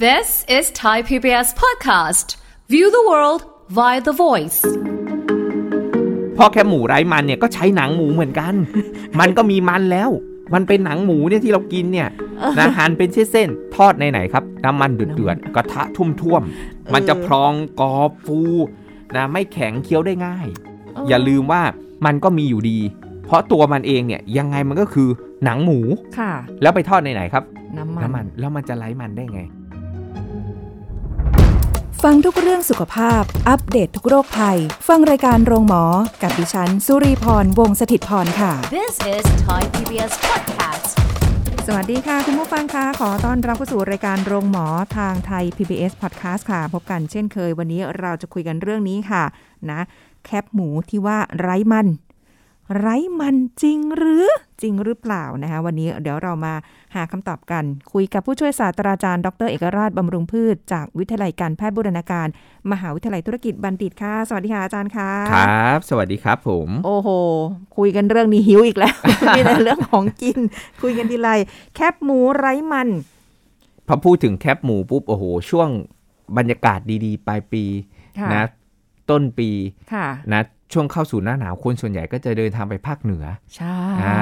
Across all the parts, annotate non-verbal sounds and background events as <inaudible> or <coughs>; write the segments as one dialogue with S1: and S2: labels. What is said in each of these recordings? S1: This is Thai PBS podcast. View the world via the voice.
S2: พ่อแค่หมูไร้มันเนี่ยก็ใช้หนังหมูเหมือน <laughs> กัน มันก็มีมันแล้ว มันเป็นหนังหมูเนี่ยที่เรากินเนี่ยนะหั่นเป็นเส้นๆทอดในไหนๆครับ น้ำมันเดือดๆกระทะท่วมๆมันจะพรองกรอบฟูนะไม่แข็งเคี้ยวได้ง่าย อย่าลืมว่ามันก็มีอยู่ดี เพราะตัวมันเองเนี่ยยังไงมันก็คือหนังหมู
S3: ค่ะ
S2: แล้วไปทอดในไหนๆครับ
S3: น้ำมัน
S2: น้ำมันแล้วมันจะไร้มันได้ไง
S3: ฟังทุกเรื่องสุขภาพ อัปเดตทุกโรคภัย ฟังรายการโรงหมอ กับดิฉัน สุรีพร วงศิตพรค่ะ
S1: This is Thai PBS podcast.
S3: สวัสดีค่ะ คุณผู้ฟังคะขอต้อนรับเข้าสู่รายการโรงหมอทางไทย PBS Podcast ค่ะ พบกันเช่นเคย วันนี้เราจะคุยกันเรื่องนี้ค่ะ นะ แคปหมูที่ว่าไร้มัน ไร้มันจริงหรือจริงหรือเปล่านะคะวันนี้เดี๋ยวเรามาหาคำตอบกัน คุยกับผู้ช่วยศาสตราจารย์ ดรเอกราชบำรุงพืช จากวิทยาลัยการแพทย์บูรณาการ มหาวิทยาลัยธุรกิจบัณฑิตค่ะ สวัสดีค่ะอาจารย์ค่ะ
S2: ครับ สวัสดีครับผม
S3: โอ้โห คุยกันเรื่องนี้หิวอีกแล้ว <laughs> มีแต่เรื่องของกิน คุยกันทีไรแคบหมูไร้มัน
S2: พอพูดถึงแคปหมูปุ๊บโอ้โห ช่วงบรรยากาศดีๆ ปลายปี
S3: ค่ะ
S2: นะต้นปี
S3: ค่ะ
S2: นะช่วงเข้าสู่หน้าหนาวคนส่วนใหญ่ก็จะเดินทางไปภาคเหนือ
S3: ใช่
S2: อ่า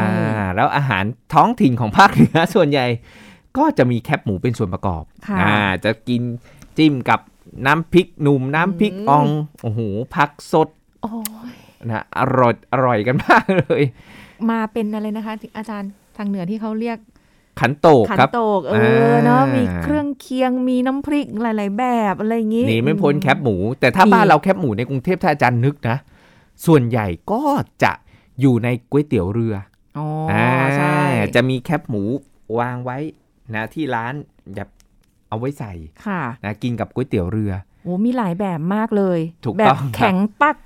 S2: แล้วอาหารท้องถิ่นของภาคเหนือ ส่วนใหญ่ ก็จะมีแคปหมูเป็นส่วนประกอบ
S3: ค่ะ
S2: อ่าจะกินจิ้มกับน้ำพริกหนุ่มน้ำพริก
S3: อืม
S2: อ่องโอ้โหผักสด
S3: โอ้ย
S2: นะอร่อยอร่อยกันมากเลย
S3: มาเป็นอะไรนะคะ อาจารย์ทางเหนือที่เขาเรียก
S2: ขันโตก
S3: ขัน
S2: ครับ
S3: โตก เอ
S2: อ่
S3: อา เนาะมีเครื่องเคียงมีน้ำพริกหลาย ๆ แบบอะไรอย่างงี้
S2: หนีไม่พ้นแคบหมู แต่ถ้า
S3: ดี
S2: บ้านเราแคบหมูในกรุงเทพถ้าอาจารย์นึกนะ ส่วนใหญ่ก็จะอยู่ในก๋วยเตี๋ยวเรือ
S3: อ๋อ
S2: อ
S3: อ่าใช่
S2: จะมีแคบหมูวางไว้นะที่ร้านแบบเอาไว้ใส่
S3: ค่ะ
S2: นะกินกับก๋วยเตี๋ยวเรือ
S3: โอ้มีหลายแบบมากเลย
S2: ถูก
S3: แบ
S2: ต้
S3: บ
S2: องครับ
S3: แข็งปัก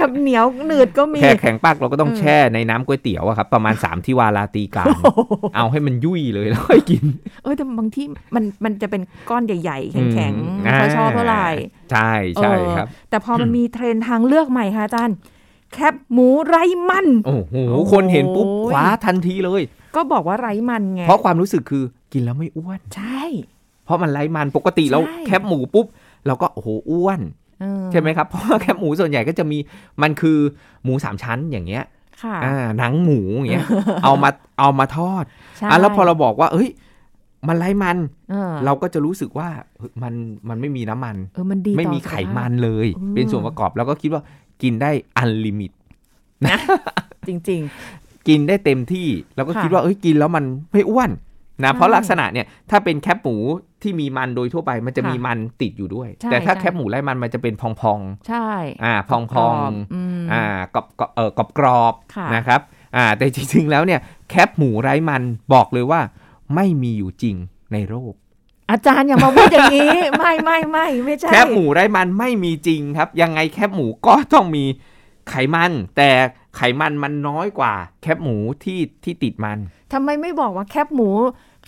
S3: กับเหนียวหนืดก็มี
S2: <laughs> แค่แข็งปากเราก็ต้อง
S3: อืม
S2: แช่ในน้ำก๋วยเตี๋ยวอะครับ
S3: <laughs>
S2: ประมาณ 3 ที่วาลาตีการเอาให้มันยุ่ยเลยแล้วค่อยกิน
S3: เออแต่บางที่มันมันจะเป็นก้อนใหญ่ๆ แข็งๆไม่ค่อยชอบเท่าไหร่
S2: ใช่ใช่ครับ
S3: เออแต่พอมันมีเทรนด์ทางเลือกใหม่ค่ะอาจารย์ แคบหมูไร้มัน
S2: โอ้โห
S3: โอ้ย
S2: คนเห็นปุ๊บคว้าทันทีเลย
S3: ก็บอกว่าไร้มันไง
S2: เพราะความรู้สึกคือกินแล้วไม่อ้วน
S3: ใช่
S2: เพราะมันไร้มันปกติเรา
S3: ใช่
S2: แคบหมูปุ๊บ เราก็โอ้โหอ้วน
S3: เออ
S2: ใช่ไหมครับเพราะ <laughs> ว่าแคบหมูส่วนใหญ่ก็จะมีมันคือหมูสามชั้นอย่างเงี้ย
S3: ค่ะ
S2: อ่าหนังหมูอย่างเงี้ย
S3: <laughs>
S2: เอามาเอามาทอด
S3: ใช่
S2: อ่ะแล้วพอเราบอกว่าเอ้ย มันไร้มัน
S3: เออ
S2: เราก็จะรู้สึกว่าเฮ้ยมันมันไม่มีน้ำมัน
S3: เออมันดี
S2: ไม่
S3: ต่อ
S2: มี
S3: สุข
S2: ไข
S3: ภาพ
S2: มันเลย
S3: อืม
S2: เป็นส่วนประกอบแล้วก็คิดว่ากินได้อันลิมิต
S3: จริง
S2: กินได้เต็มที่แล้วก็
S3: ค่ะ
S2: คิดว่าเอ้ยกินแล้วมันไม่อ้วนนะ
S3: ใช่
S2: เพราะลักษณะเนี่ยถ้าเป็นแคบหมูที่มีมันโดยทั่วไป มันจะ
S3: ค่ะ
S2: มีมันติดอยู่ด้วย
S3: ใช่
S2: แต่ถ้า
S3: ใช่
S2: แคบหมูไร้มันมันจะเป็นพอง
S3: ๆ ใช่
S2: ๆอ่าพอง
S3: อืม
S2: ๆอ่ากรอบๆเออกรอบกรอบๆ
S3: ค่ะ
S2: นะครับอ่าแต่จริงๆแล้วเนี่ยแคบหมูไร้มันบอกเลยว่าไม่มีอยู่จริงในโลก
S3: อาจารย์อย่ามาพูดอย่างนี้ <laughs> ไม่ไม่ไม่ไม่ใช่
S2: แคบหมูไร้มันไม่มีจริงครับ ยังไงแคบหมูก็ต้องมีไขมัน แต่ไขมันมันน้อยกว่าแคบหมูที่ที่ติดมัน
S3: ทำไมไม่บอกว่าแคบหมู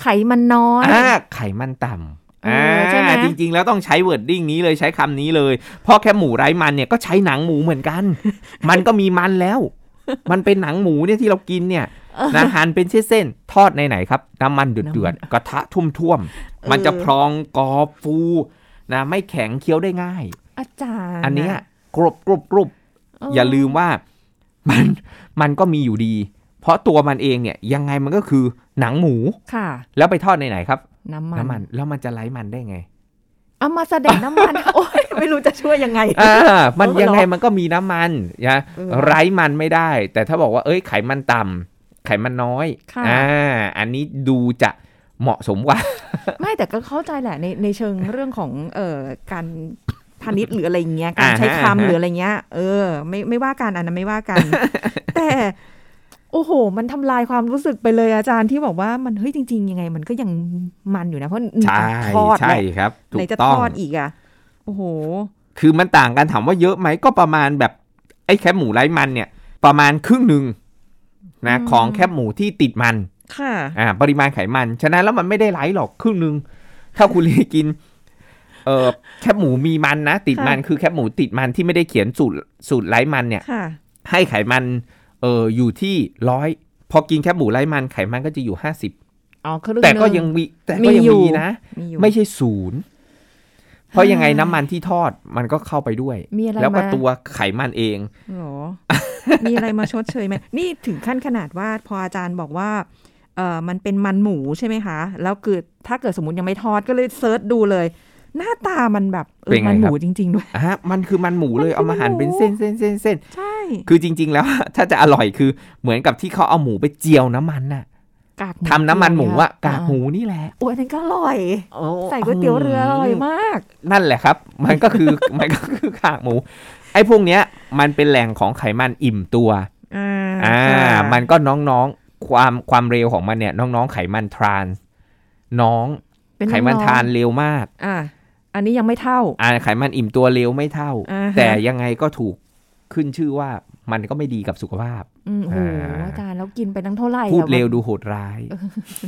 S3: ไขมันน้อย
S2: อ่าไขมันต่ำ
S3: เออใช่ไหม
S2: อ่าจริงๆ แล้วต้องใช้เวิร์ดดิ้งนี้เลยใช้คำนี้เลยเพราะแค่หมูไร้มันเนี่ยก็ใช้หนังหมูเหมือนกัน มันก็มีมันแล้ว มันเป็นหนังหมูเนี่ยที่เรากินเนี่ยนะหั่นเป็นเส้นๆทอดในไหนๆครับน้ำมันเดือดๆกระทะท่วมๆมันจะพรองกรอบฟูนะไม่แข็งเคี้ยวได้ง่าย
S3: อาจารย์
S2: อันเนี้ย
S3: ะ
S2: กรุบกรุบกรุบ
S3: เ
S2: อย่าลืมว่ามันมันก็มีอยู่ดี เพราะตัวมันเองเนี่ยยังไงมันก็คือหนังหมู
S3: ค่ะ
S2: แล้วไปทอดในไหนครับ
S3: น้ำมัน
S2: น้ำมันแล้วมันจะไร้มันได้ไง
S3: เอามาแสดงน้ำมัน <laughs> โอ้ยไม่รู้จะช่วยยังไง
S2: อ่า มัน
S3: เออ
S2: ยังไง
S3: เหรอ
S2: มันก็มีน้ำมันนะ
S3: เออ
S2: ไร้มันไม่ได้ แต่ถ้าบอกว่า เอ้ย ไขมันต่ำไขมันน้อย
S3: ค่ะ
S2: อ่าอันนี้ดูจะเหมาะสมกว่า
S3: ไม่แต่ก็เข้าใจแหละในในเชิงเรื่องของเอ่อการพาณิช
S2: <laughs>
S3: ย์หรืออะไรอย่างเงี้ยการใช้
S2: อ่าฮะ
S3: คำ
S2: อ่าฮะ
S3: หรืออะไรเงี้ย เออ ไม่ไม่ว่ากันอันนั้นไม่ว่า
S2: <laughs>
S3: กัน แต่ โอ้โห มันทำลายความรู้สึกไปเลยอาจารย์ที่บอกว่ามันเฮ้ยจริง ๆ ยังไง มันก็ยังมันอยู่นะเพราะ
S2: ใช่
S3: ทอด
S2: ใช่
S3: แล้ว
S2: ครับถู
S3: ไหน
S2: ก
S3: จะ
S2: ต้อ
S3: ท
S2: ง
S3: อดอีกอ่ะโอ้โห
S2: คือมันต่างกันถามว่าเยอะไหมก็ประมาณแบบไอ้แคบหมูไร้มันเนี่ย ประมาณครึ่งหนึ่งนะ
S3: อืม
S2: ของแคบหมูที่ติดมัน
S3: ค่ะ
S2: อ่าปริมาณไขมัน ฉะนั้นแล้วมันไม่ได้ไร้หรอกครึ่งหนึ่งถ้าคุณลีกินเออแคบหมูมีมันนะติดมันคือแคบหมูติดมันที่ไม่ได้เขียนสูตรสูตรไร้มันเนี่ย
S3: ค่ะ
S2: ให้ไขมันเอออยู่ที่ร้อยพอกินแคบหมูไร้มันไขมันก็จะอยู่ห้าสิบ
S3: อ๋อครึ่ง
S2: แต่ก็
S3: หนึ่
S2: ยังมีแต่ก็ยังมีนะ
S3: มีอยู่
S2: ไม่ใช่ศูนย์เพราะยังไง
S3: อ่า
S2: น้ำมันที่ทอดมันก็เข้าไปด้วย
S3: มีอะไร
S2: แล้วก็
S3: มา
S2: ตัวไขมันเอง
S3: หรอ <laughs> มีอะไรมาชดเชยไหมนี่ถึงขั้นขนาดว่าพออาจารย์บอกว่า เออมันเป็นมันหมูใช่ไหมคะ แล้วเกิดถ้าเกิดสมมติยังไม่ทอดก็เลยเซิร์ชดูเลย หน้าตามันแบบเอ
S2: เป็
S3: อน
S2: ไง
S3: มันหมู
S2: ครับ
S3: จริง ๆ ด้วย
S2: อ่ะฮะมันคือมันหมูเลย
S3: มันคือ
S2: เอามาหั่น
S3: มันหมู
S2: เป็นเส้นเส้นเส้นเส้น
S3: ใช่
S2: คือจริง ๆ แล้ว <laughs> ถ้าจะอร่อยคือเหมือนกับที่เขาเอาหมูไปเจียวน้ำมันน่ะ
S3: กากหมู
S2: ทำน้ำมันหมูอะ
S3: เจี
S2: กาย ก
S3: ว
S2: หมูนี่แหละ
S3: โอ้ยอันนั้นก็อร่อย
S2: โอ้
S3: ใส่ก๋วยเตี๋ยวเรืออร่อยมาก
S2: นั่นแหละครับ มันก็คือ <laughs> มันก็คือกากหมู ไอ้พวกเนี้ย มันเป็นแหล่งของไขมันอิ่มตัว
S3: อ่า
S2: อ่า
S3: ค่ะ
S2: มันก็น้องๆความความเร็วของมันเนี่ย น้องๆไขมันทรานส์น้อง
S3: เป็
S2: ไขมัน
S3: องๆ
S2: ทรานส์เร็วมาก
S3: อ่า อันนี้ยังไม่เท่า
S2: อ่าไขมันอิ่มตัวเร็วไม่เท่า
S3: อ่าฮะ
S2: แต่ยังไงก็ถูกขึ้นชื่อว่ามันก็ไม่ดีกับสุขภาพ
S3: อืมโอ้โห
S2: อ่า
S3: อาจารย์แล้วกินไปตั้งเท่าไหร่
S2: พูด
S3: อะ
S2: เร็วดูโหดร้าย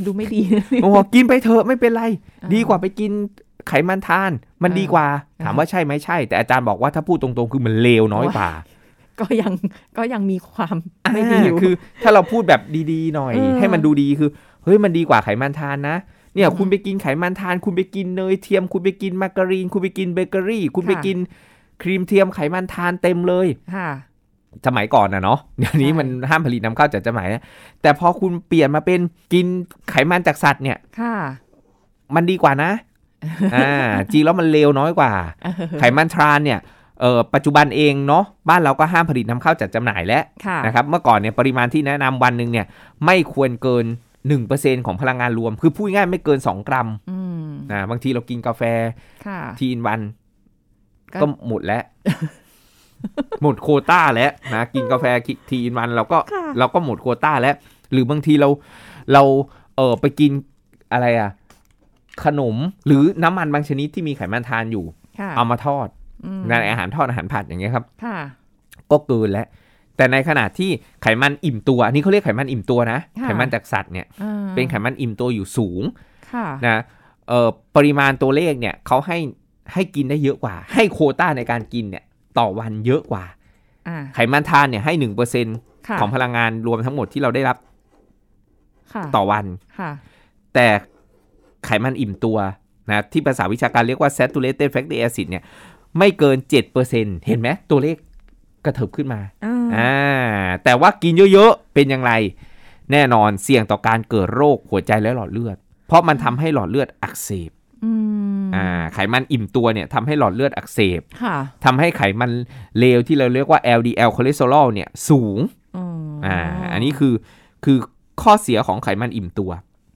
S3: ดูไม่ดี
S2: โอ้โหกินไปเถอะไม่เป็นไร
S3: อ่
S2: ดีกว่าไปกินไขมันทราน มัน
S3: อ่า
S2: ดีกว่า
S3: อ่า
S2: ถามว่าใช่ไหมใช่ แต่อาจารย์บอกว่าถ้าพูดตรงๆ คือมันเลวน้อยกว่า
S3: ก็ยังก็ยังมีความไม่ดีอยู่
S2: าคือถ้าเราพูดแบบดีๆหน่อย
S3: เออ
S2: ให้มันดูดีคือเฮ้ยมันดีกว่าไขมันทานนะ เนี่ย
S3: อืม
S2: คุณไปกินไขมันทาน คุณไปกินเนยเทียม คุณไปกินมาการีน คุณไปกินเบเกอรี่ คุณ
S3: ค่ะ
S2: ไปกินครีมเทียมไขมันทานเต็มเลย
S3: ค่ะ
S2: สมัยก่อนนะเนาะเดี๋ยวนี้
S3: ใช่
S2: มันห้ามผลิตนำเข้าจากจำหน่ายนะแต่พอคุณเปลี่ยนมาเป็นกินไขมันจากสัตว์เนี่ย
S3: ค่ะ
S2: มันดีกว่านะ อ่าจริงแล้วมันเลวน้อยกว่า ไขมันทรานเนี่ยเออปัจจุบันเองเนาะบ้านเราก็ห้ามผลิตนำเข้าจากจำหน่ายแล้ว
S3: ค่ะ
S2: นะครับเมื่อก่อนเนี่ยปริมาณที่แนะนำวันหนึ่งเนี่ยไม่ควรเกิน 1%ของพลังงานรวม คือพูดง่ายไม่เกิน 2 กรัม
S3: อืม
S2: นะบางทีเรากินกาแฟ
S3: ค่ะ
S2: ทีอินวัน
S3: ก็
S2: ก็หมดแล้ว <laughs> หมดโควต้าแล้วนะกินกาแฟทีอินวันเราก็
S3: ค่ะ
S2: เราก็หมดโควต้าแล้ว หรือบางทีเราเราเออไปกินอะไรอะขนมหรือน้ำมันบางชนิดที่มีไขมันทานอยู่
S3: ค่ะ
S2: เอามาทอด
S3: อืม
S2: งานอาหารทอดอาหารผัดอย่างเงี้ยครับ
S3: ค่ะ
S2: ก็เกินแล้ว แต่ในขณะที่ไขมันอิ่มตัว อันนี้เขาเรียกไขมันอิ่มตัวนะ
S3: ค่ะ
S2: ไขมันจากสัตว์เนี่ย
S3: อ่า
S2: เป็นไขมันอิ่มตัวอยู่สูง
S3: ค่ะ
S2: นะเอ่อปริมาณตัวเลขเนี่ยเขาให้ให้กินได้เยอะกว่า ให้โควต้าในการกินเนี่ยต่อวันเยอะกว่า
S3: อ่า
S2: ไขมันทานเนี่ยให้หนึ่งเปอร์เซ็น
S3: ค่ะ
S2: ของพลังงานรวมทั้งหมดที่เราได้รับ
S3: ค่ะ
S2: ต่อวัน
S3: ค่ะ
S2: แต่ไขมันอิ่มตัวนะที่ภาษาวิชาการเรียกว่า saturated fatty acid เนี่ยไม่เกิน 7%เห็นไหมตัวเลขกระเถิบขึ้นมา
S3: อ่า
S2: อ่าแต่ว่ากินเยอะๆ เป็นอย่างไร แน่นอนเสี่ยงต่อการเกิดโรคหัวใจและหลอดเลือด เพราะมันทำให้หลอดเลือดอักเสบ
S3: อืม
S2: อ่าไขมันอิ่มตัวเนี่ยทำให้หลอดเลือดอักเสบ
S3: ค่ะ
S2: ทำให้ไขมันเลวที่เราเรียกว่า LDL คอเลสเตอรอลเนี่ยสูง
S3: อ๋ออ
S2: อ่าอันนี้คือคือข้อเสียของไขมันอิ่มตัว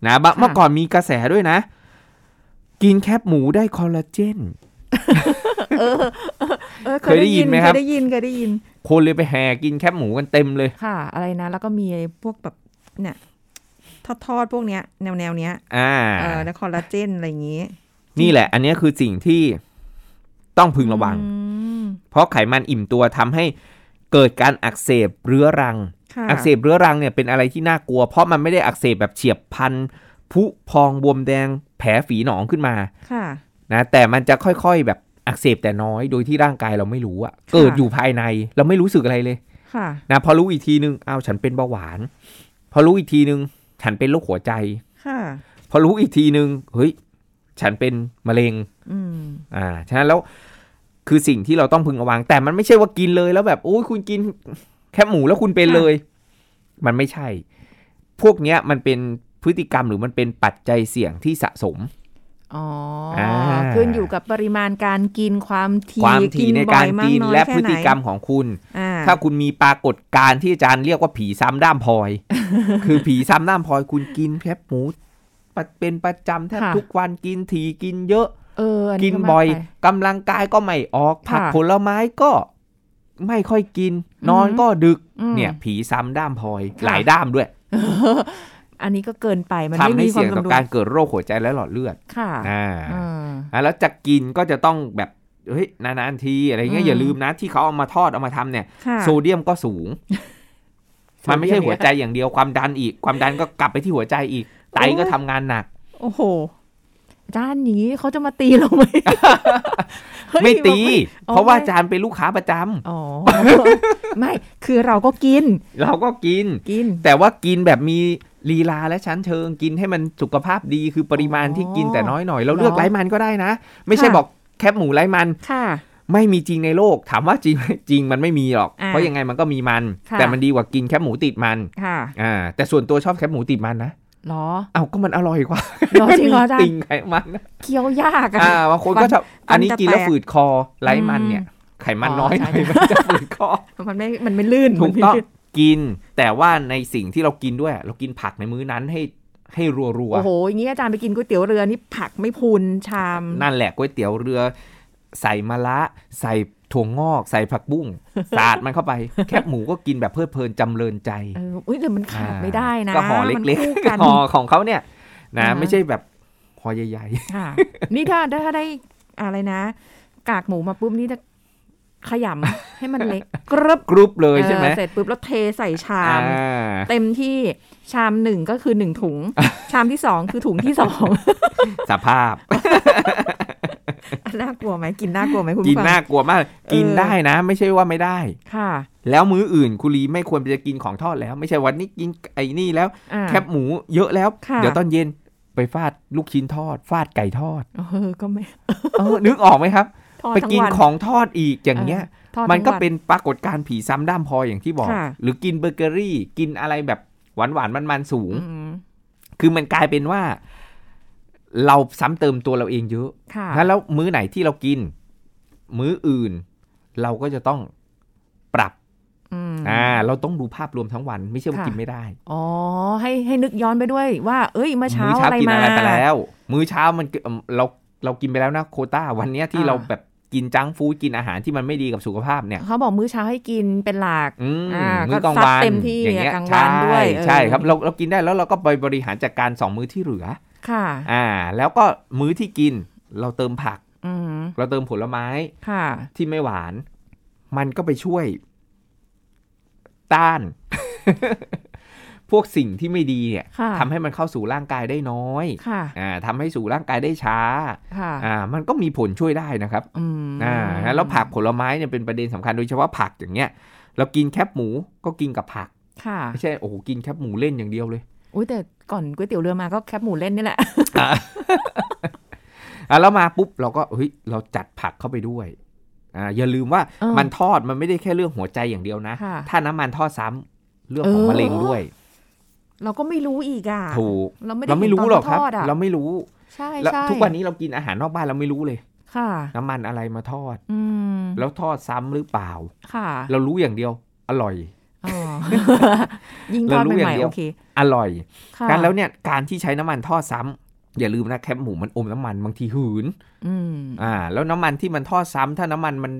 S2: นะบะ
S3: ค่ะ
S2: เมื่อก่อนมีกระแสด้วยนะ กินแคบหมูได้คอลลาเจน
S3: เออ
S2: เคยได้ยินไหมครับ
S3: เคยได้ยิน เคยได้ยิน
S2: คนเลยไปแห่กินแคบหมูกันเต็มเลย
S3: ค่ะ อะไรนะ แล้วก็มีพวกแบบเนี่ยทอดๆพวกเนี้ย แนวแนวๆเนี้ย
S2: อ่า
S3: เออแล้วคอลลาเจนอะไรอย่างงี้
S2: นี่แหละ อันเนี้ยคือสิ่งที่ต้องพึงระวัง
S3: อืม
S2: เพราะไขมันอิ่มตัวทำให้เกิดการอักเสบเรื้อรัง
S3: ค่ะ
S2: อักเสบเรื้อรังเนี่ยเป็นอะไรที่น่ากลัว เพราะมันไม่ได้อักเสบแบบเฉียบพลันผุพองบวมแดงแผลฝีหนองขึ้นมา
S3: ค่ะ
S2: นะแต่มันจะค่อยๆแบบอักเสบแต่น้อยโดยที่ร่างกายเราไม่รู้อะเกิดอยู่ภายในเราไม่รู้สึกอะไรเลย
S3: ค่ะ
S2: นะพอรู้อีกทีนึงอ้าวฉันเป็นเบาหวาน พอรู้อีกทีนึง ฉันเป็นโรคหัวใจ
S3: ค่ะ
S2: พอรู้อีกทีนึงเฮ้ยฉันเป็นมะเร็ง
S3: อืม
S2: อ่าฉะนั้นแล้วคือสิ่งที่เราต้องพึงระวัง แต่มันไม่ใช่ว่ากินเลยแล้วแบบโอ้ยคุณกินแคบหมูแล้วคุณเป็นเลย มันไม่ใช่ พวกเนี้ยมันเป็นพฤติกรรมหรือมันเป็นปัจจัยเสี่ยงที่สะสม
S3: อ๋ออา ขึ้นอยู่กับปริมาณการกินความถี่
S2: ความถี่ในการ
S3: บ่อยม
S2: กิน
S3: อย
S2: และ
S3: แค่
S2: พฤติกรรม
S3: ไหน
S2: ของคุณ
S3: อ่า
S2: ถ้าคุณมีปรากฏการณ์ที่อาจารย์เรียกว่าผีซ้ำด้ามพล
S3: <laughs>
S2: อย คือผีซ้ำด้ามพลอย คุณกินแคบหมูปะเป็นประจำแทบทุกวันกินถี่กินเยอะ
S3: เอออั
S2: กิน
S3: มา
S2: บ่อย
S3: ไป
S2: กำลังกายก็ไม่ออก ผัก
S3: ค่ะ
S2: ผลไม้ก็ไม่ค่อยกิน
S3: อืม
S2: นอนก็ดึก
S3: อืม
S2: เนี่ย ผีซ้ำด้ามพลอย
S3: ค่ะ
S2: หลายด้ามด้วย
S3: อันนี้ก็เกินไปมัน
S2: ทำ
S3: ไม่
S2: ให้
S3: มีควา
S2: เสี่ย
S3: ม
S2: ง
S3: ส
S2: ต่อ
S3: มดุล
S2: การเกิดโรคหัวใจและหลอดเลือด
S3: ค่ะ
S2: อ่า
S3: เออ
S2: อ่ะแล้วจะกินก็จะต้องแบบเฮ้ยนานๆทีอะไรเงี้
S3: อื
S2: ย
S3: ม
S2: อย่าลืมนะที่เขาเอามาทอดเอามาทำเนี่ย
S3: ค่ะ
S2: โซเดียมก็สูง
S3: โซเดียม
S2: มันไม่ใช่หัวใจอย่างเดียวความดันอีก ความดันก็กลับไปที่หัวใจอีก ไต
S3: โอ้ย
S2: ก็ทำงานหนัก
S3: โอ้โหอาจารย์อย่างนี้เขาจะมาตีเราไหม เฮ้ย
S2: ไม่ตี
S3: บอกไม่อ๋อ
S2: เพราะว่าอา
S3: ไม่
S2: จารย์เป็นลูกค้าประจำ
S3: อ๋อ ไม่คือเราก็กิน
S2: เราก็กิน
S3: กิน
S2: แต่ว่ากินแบบมี ลีลาและชั้นเชิงกินให้มันสุขภาพดีคือปริมาณที่กิน
S3: อ๋อ
S2: แต่น้อยหน่อยเราเลือก
S3: เหรอ
S2: ไร้มันก็ได้นะ ไม่ใช่
S3: ค่ะ
S2: บอกแคบหมูไร้มัน
S3: ค่ะ
S2: ไม่มีจริงในโลก ถามว่าจริงไหม <laughs> จริงมันไม่มีหรอก
S3: อ่า
S2: เพราะยังไงมันก็มีมัน
S3: ค่ะ
S2: แต่มันดีกว่ากินแคบหมูติดมัน
S3: ค่ะ
S2: อ่าแต่ส่วนตัวชอบแคบหมูติดมันนะ
S3: เหรอ
S2: เอาก็มันอร่อยกว่า
S3: เหรอจริงเหรออาจารย์
S2: ติ่งไขมันนะ
S3: เคี้ยวยากอะ
S2: อ่าบางคนก็ชอบ
S3: ฟัน
S2: อันนี้กินแล้ว
S3: จะแตก
S2: ฝืดคอไร้มันเนี่ย ไขมัน
S3: อ๋อ
S2: น้อยห
S3: ใช่
S2: น่อยมันจะฝืดคอ
S3: มันไม่ มันไม่ลื่น
S2: ถู
S3: มัน
S2: ก
S3: ไม่
S2: ต้อง
S3: ลื่น
S2: กินแต่ว่าในสิ่งที่เรากินด้วย เรากินผักในมื้อนั้นให้ให้รัว
S3: โอ้โหอย่างนี้อาจารย์ไปกินก๋วยเตี๋ยวเรือนี่ผักไม่พูนชาม
S2: ๆนั่นแหละก๋วยเตี๋ยวเรือ ใส่มะระใส่ถั่วงอก ใส่ผักบุ้ง สาดมันเข้าไป <laughs> แคบหมูก็กินแบบเพลิดเพลินจำเริญใจ
S3: เอออุ้ยแต่มันขาด
S2: อ่
S3: ไม่ได้นะ
S2: ก็ห่อ
S3: มัน
S2: เล็ก
S3: คู่กัน
S2: ๆห่อของเขาเนี่ยนะ
S3: อ่าฮะ
S2: ไม่ใช่แบบห่อใหญ่
S3: ค่ะ นี่ถ้าถ้าได้อะไรนะ กากหมูมาปุ๊บนี่จะขยำให้มันเล็กกรึบ
S2: ๆ กรุบ <laughs> เลยใช่ไหม
S3: ออเสร็จปุ๊บแล้วเทใส่ชาม
S2: อ่
S3: <laughs>
S2: า
S3: เต็มที่ชามหนึ่งก็คือหนึ่งถุ
S2: <laughs>
S3: ง ชามที่สองคือถุงที่สอง <laughs>
S2: สภาพ
S3: น่ากลัวไหมกินน่ากลัวไหมคุณ
S2: กิน
S3: ผู้ฟัง
S2: น่ากลัวมาก กิน
S3: เออ
S2: ได้นะ ไม่ใช่ว่าไม่ได้
S3: ค่ะ
S2: แล้วมื้ออื่นคุรีไม่ควรจะกินของทอดแล้ว ไม่ใช่วันนี้กินไอ้นี่แล้ว
S3: อ่า
S2: แคบหมูเยอะแล้ว
S3: ค่ะ
S2: เดี๋ยวตอนเย็นไปฟาดลูกชิ้นทอด ฟาดไก่ทอด
S3: เออก็ไม่
S2: เออ นึกออกไหมครับ
S3: ทอด
S2: ไป
S3: ทั้ง
S2: กิน
S3: วัน
S2: ของทอดอีกอย่างเงี้ย
S3: ทอด
S2: มันก็
S3: ทั้งวั
S2: เป็นปรากฏการณ์ผีซ้ำด้ามพลอยอย่างที่บอก
S3: ค่ะ
S2: หรือกินเบเกอรี่ กินอะไรแบบหวานหวานๆมันๆสูง
S3: อืม
S2: คือมันกลายเป็นว่า เราซ้ำเติมตัวเราเองเยอะ
S3: ค่ะ
S2: นะแล้วมื้อไหนที่เรากิน มื้ออื่น เราก็จะต้องปรับ
S3: อืม
S2: อ่าเราต้องดูภาพรวมทั้งวัน ไม่ใช่ว่า
S3: ค่ะ
S2: กินไม่ได้
S3: อ๋อให้ให้นึกย้อนไปด้วยว่า เอ้ยเมื่อเช้า
S2: มื้อเช้า
S3: อะไร
S2: กิน
S3: มา
S2: อะไรไปแล้ว มื้อเช้ามันเอิ่มเราเรากินไปแล้วนะโควต้าวันเนี้ยที่
S3: อ่า
S2: เราแบบกินจังก์ฟู้ดกินอาหารที่มันไม่ดีกับสุขภาพเนี่ย
S3: เขาบอกมื้อเช้าให้กินเป็นหลัก
S2: อืม
S3: อ่า
S2: มื้อกลาง
S3: ก็ซั
S2: วั
S3: ด
S2: น
S3: เต็มที่
S2: อย่างเงี้ย
S3: กลางวั
S2: ใช่
S3: นด้วยเออ
S2: ใช่ครับเราเรากินได้แล้วเราก็ไปบริหารจัดการสองมื้อที่เหลือ
S3: ค่ะ
S2: อ่า แล้วก็มื้อที่กิน เราเติมผัก
S3: อืม
S2: เราเติมผลไม้
S3: ค่ะ
S2: ที่ไม่หวาน มันก็ไปช่วย ต้าน <laughs> พวกสิ่งที่ไม่ดีเนี่ย
S3: ค่ะ
S2: ทำให้มันเข้าสู่ร่างกายได้น้อย
S3: ค่ะ
S2: อ่าทำให้สู่ร่างกายได้ช้า
S3: ค่ะ
S2: อ่ามันก็มีผลช่วยได้นะครับ
S3: อืม
S2: อ่าแล้วผักผลไม้เนี่ยเป็นประเด็นสำคัญโดยเฉพาะผักอย่างเงี้ย เรากินแคบหมูก็กินกับผัก
S3: ค่ะ
S2: ไม่ใช่โอ้โหกินแคบหมูเล่นอย่างเดียวเลย
S3: อุ้ยแต่ก่อนก๋วยเตี๋ยวเรือมาก็แคบหมูเล่นนี่แหละ <laughs>
S2: อ่ะแล้วมาปุ๊บเราก็เฮ้ยเราจัดผักเข้าไปด้วยอ่าอย่าลืมว่า
S3: เออ
S2: มันทอดมันไม่ได้แค่เรื่องหัวใจอย่างเดียวนะ
S3: ค่ะ
S2: ถ้าน้ำมันทอดซ้ำเรื่องของ
S3: เออ
S2: มะเร็งด้วย
S3: เราก็ไม่รู้อีกอ่ะ
S2: ถูก
S3: เราไม่ได้
S2: เราไม่รู้
S3: เนตน
S2: หรอกครับ
S3: ทดะ
S2: เราไม่รู้
S3: ใช่
S2: แล้ว
S3: ใช่
S2: ทุกวันนี้เรากินอาหารนอกบ้านเราไม่รู้เลย
S3: ค่ะ
S2: น้ำมันอะไรมาทอด
S3: อืม
S2: แล้วทอดซ้ำหรือเปล่า
S3: ค่ะ
S2: เรารู้อย่างเดียว อร่อย
S3: อ๋อ ยิ่งทอด
S2: เรารู้
S3: ให
S2: อย่า
S3: ม่
S2: งเดี
S3: ๆ
S2: ยว
S3: โอเค
S2: อร่อย
S3: ค่ะ
S2: การแล้วเนี่ยการที่ใช้น้ำมันทอดซ้ำอย่าลืมนะแคบหมูมันอมน้ำมันบางทีหืน
S3: อืม
S2: อ่า แล้วน้ำมันที่มันทอดซ้ำถ้าน้ำมันมัน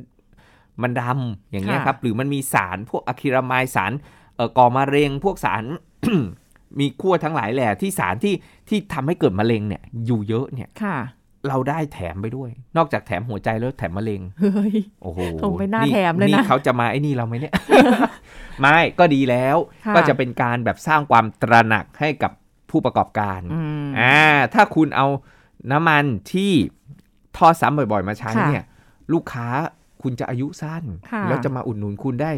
S2: มันดำอย่างเงี้ย
S3: ค่ะ
S2: ครับหรือมันมีสารพวกอะคริลามายสารเอ่อก่อมะเร็งพวกสาร <coughs> มีขั้วทั้งหลายแหละที่สารที่ที่ทำให้เกิดมะเร็งเนี่ยอยู่เยอะเนี่ย
S3: ค่ะ
S2: เราได้แถมไปด้วย นอกจากแถมหัวใจแล้วแถมมะเร็ง
S3: เฮ้ย
S2: โอ้โห
S3: ผมไม่น่าแถมเลยนะ
S2: นี่เขาจะมาไอ้นี่เราไห
S3: <laughs>
S2: มเนี่ย ไม่ก็ดีแล้ว
S3: ค่ะ
S2: ก็จะเป็นการแบบสร้างความตระหนักให้กับผู้ประกอบการ
S3: อืม
S2: อ่าถ้าคุณเอาน้ำมันที่ทอดซ้ำบ่อยๆ มาใช้
S3: ค่ะ
S2: เนี่ย ลูกค้าคุณจะอายุสั้น
S3: ค่ะ
S2: แล้วจะมาอุดหนุนคุณได้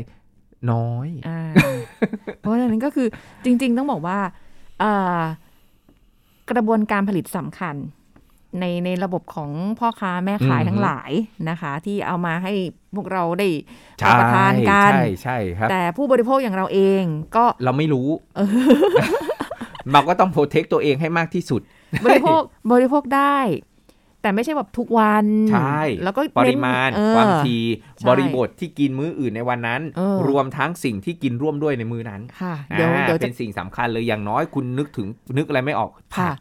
S2: น้อย
S3: อ่า เพราะฉะนั้นก็คือจริง ๆ ต้องบอกว่าเอ่อกระบวนการผลิตสำคัญ ในในระบบของพ่อค้าแม่ขาย
S2: อืม
S3: ทั้งหลายนะคะ ที่เอามาให้พวกเราได้
S2: ใช่
S3: รับประทานกัน
S2: ใช่ใช่ครับ
S3: แต่ผู้บริโภคอย่างเราเองก็
S2: เราไม่รู้ <laughs> เราก็ต้องโปรเทคตัวเองให้มากที่สุด
S3: บริโภค <laughs> บริโภคได้ แต่ไม่ใช่แบบทุกวัน
S2: ใช่
S3: แล้วก็
S2: ป
S3: เน้น
S2: ริมาณ
S3: เออ
S2: ความที
S3: ใช่
S2: บริบทที่กินมื้ออื่นในวันนั้น
S3: เออ
S2: รวมทั้งสิ่งที่กินร่วมด้วยในมื้อนั้น
S3: ค่ะ เดี๋ยว
S2: อ่า
S3: เดี๋ยวจะ
S2: เป็นสิ่งสำคัญเลยอย่างน้อยคุณนึกถึงนึกอะไรไม่ออก
S3: ค่ะ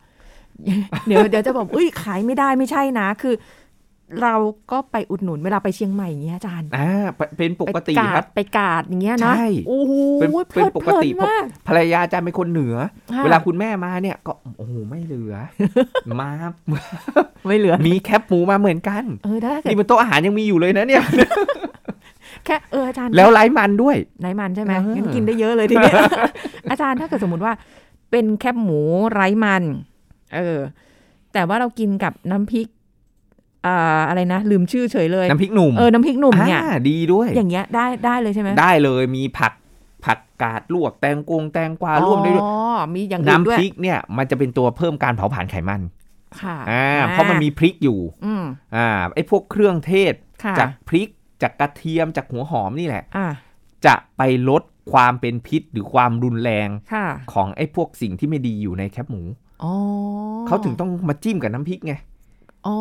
S3: เดี๋ยวเดี๋ยวจะบอกเอ้ยขายไม่ได้ไม่ใช่นะ คือ เราก็ไปอุดหนุนเวลาไปเชียงใหม่อย่างเงี้ยอาจารย์
S2: อ่าเป็นปกติ
S3: ไปาด
S2: ครับ
S3: ไปกาดอย่างเงี้ยนะ
S2: ใช่
S3: โอ้โห
S2: เป็น
S3: เพ
S2: เป็
S3: ลิ
S2: น
S3: ด
S2: ป
S3: เพ
S2: ก
S3: ลิน
S2: ติ
S3: มาก
S2: ภรรยาอาจารย์เป็นคนเหนือ
S3: ค่ะ
S2: เวลาคุณแม่มาเนี่ยก็โอ้โหไม่เหลือ <laughs> มา
S3: ไม่เหลือ
S2: มีแคปหมูมาเหมือนกัน
S3: เออถ้าเกิด
S2: นี่เป็นโต๊ะอาหารยังมีอยู่เลยนะเนี่ย <laughs>
S3: แค่เอออาจารย์
S2: แล้วไร้มันด้วย
S3: ไหนมันใช่ไหม
S2: เออ
S3: งั้นกินได้เยอะเลยทีเนี้ย
S2: <laughs>
S3: อาจารย์ถ้าเกิดสมมติว่า เป็นแคบหมูไร้มัน เออ แต่ว่าเรากินกับน้ำพริกอ่าอะไรนะลืมชื่อเฉยเลย
S2: น้ำพริกหนุ่ม
S3: เออน้ำพริกหนุ่มเนี่ย
S2: อ่าดีด้วย
S3: อย่างเงี้ยได้ได้เลยใช่ไหม
S2: ได้เลยมีผัก ผักกาดลวกแตงกวงแตงกวาลวกได้ด้วย
S3: อ๋อมีอย่างอื่นด้ว
S2: น้ำ
S3: ย
S2: พริกเนี่ยมันจะเป็นตัวเพิ่มการเผาผลาญไขมัน
S3: ค่ะ
S2: อ่าเพราะมันมีพริกอยู่
S3: อืม
S2: อ่าไอ้พวกเครื่องเทศ
S3: ค่ะ
S2: จากพริกจากกระเทียมจากหัวหอมนี่แหละ
S3: อ่า
S2: จะไปลดความเป็นพิษหรือความรุนแรง
S3: ค่ะ
S2: ของไอ้พวกสิ่งที่ไม่ดีอยู่ในแคบหมู
S3: อ๋อ
S2: เขาถึงต้องมาจิ้มกับน้ำพริกไง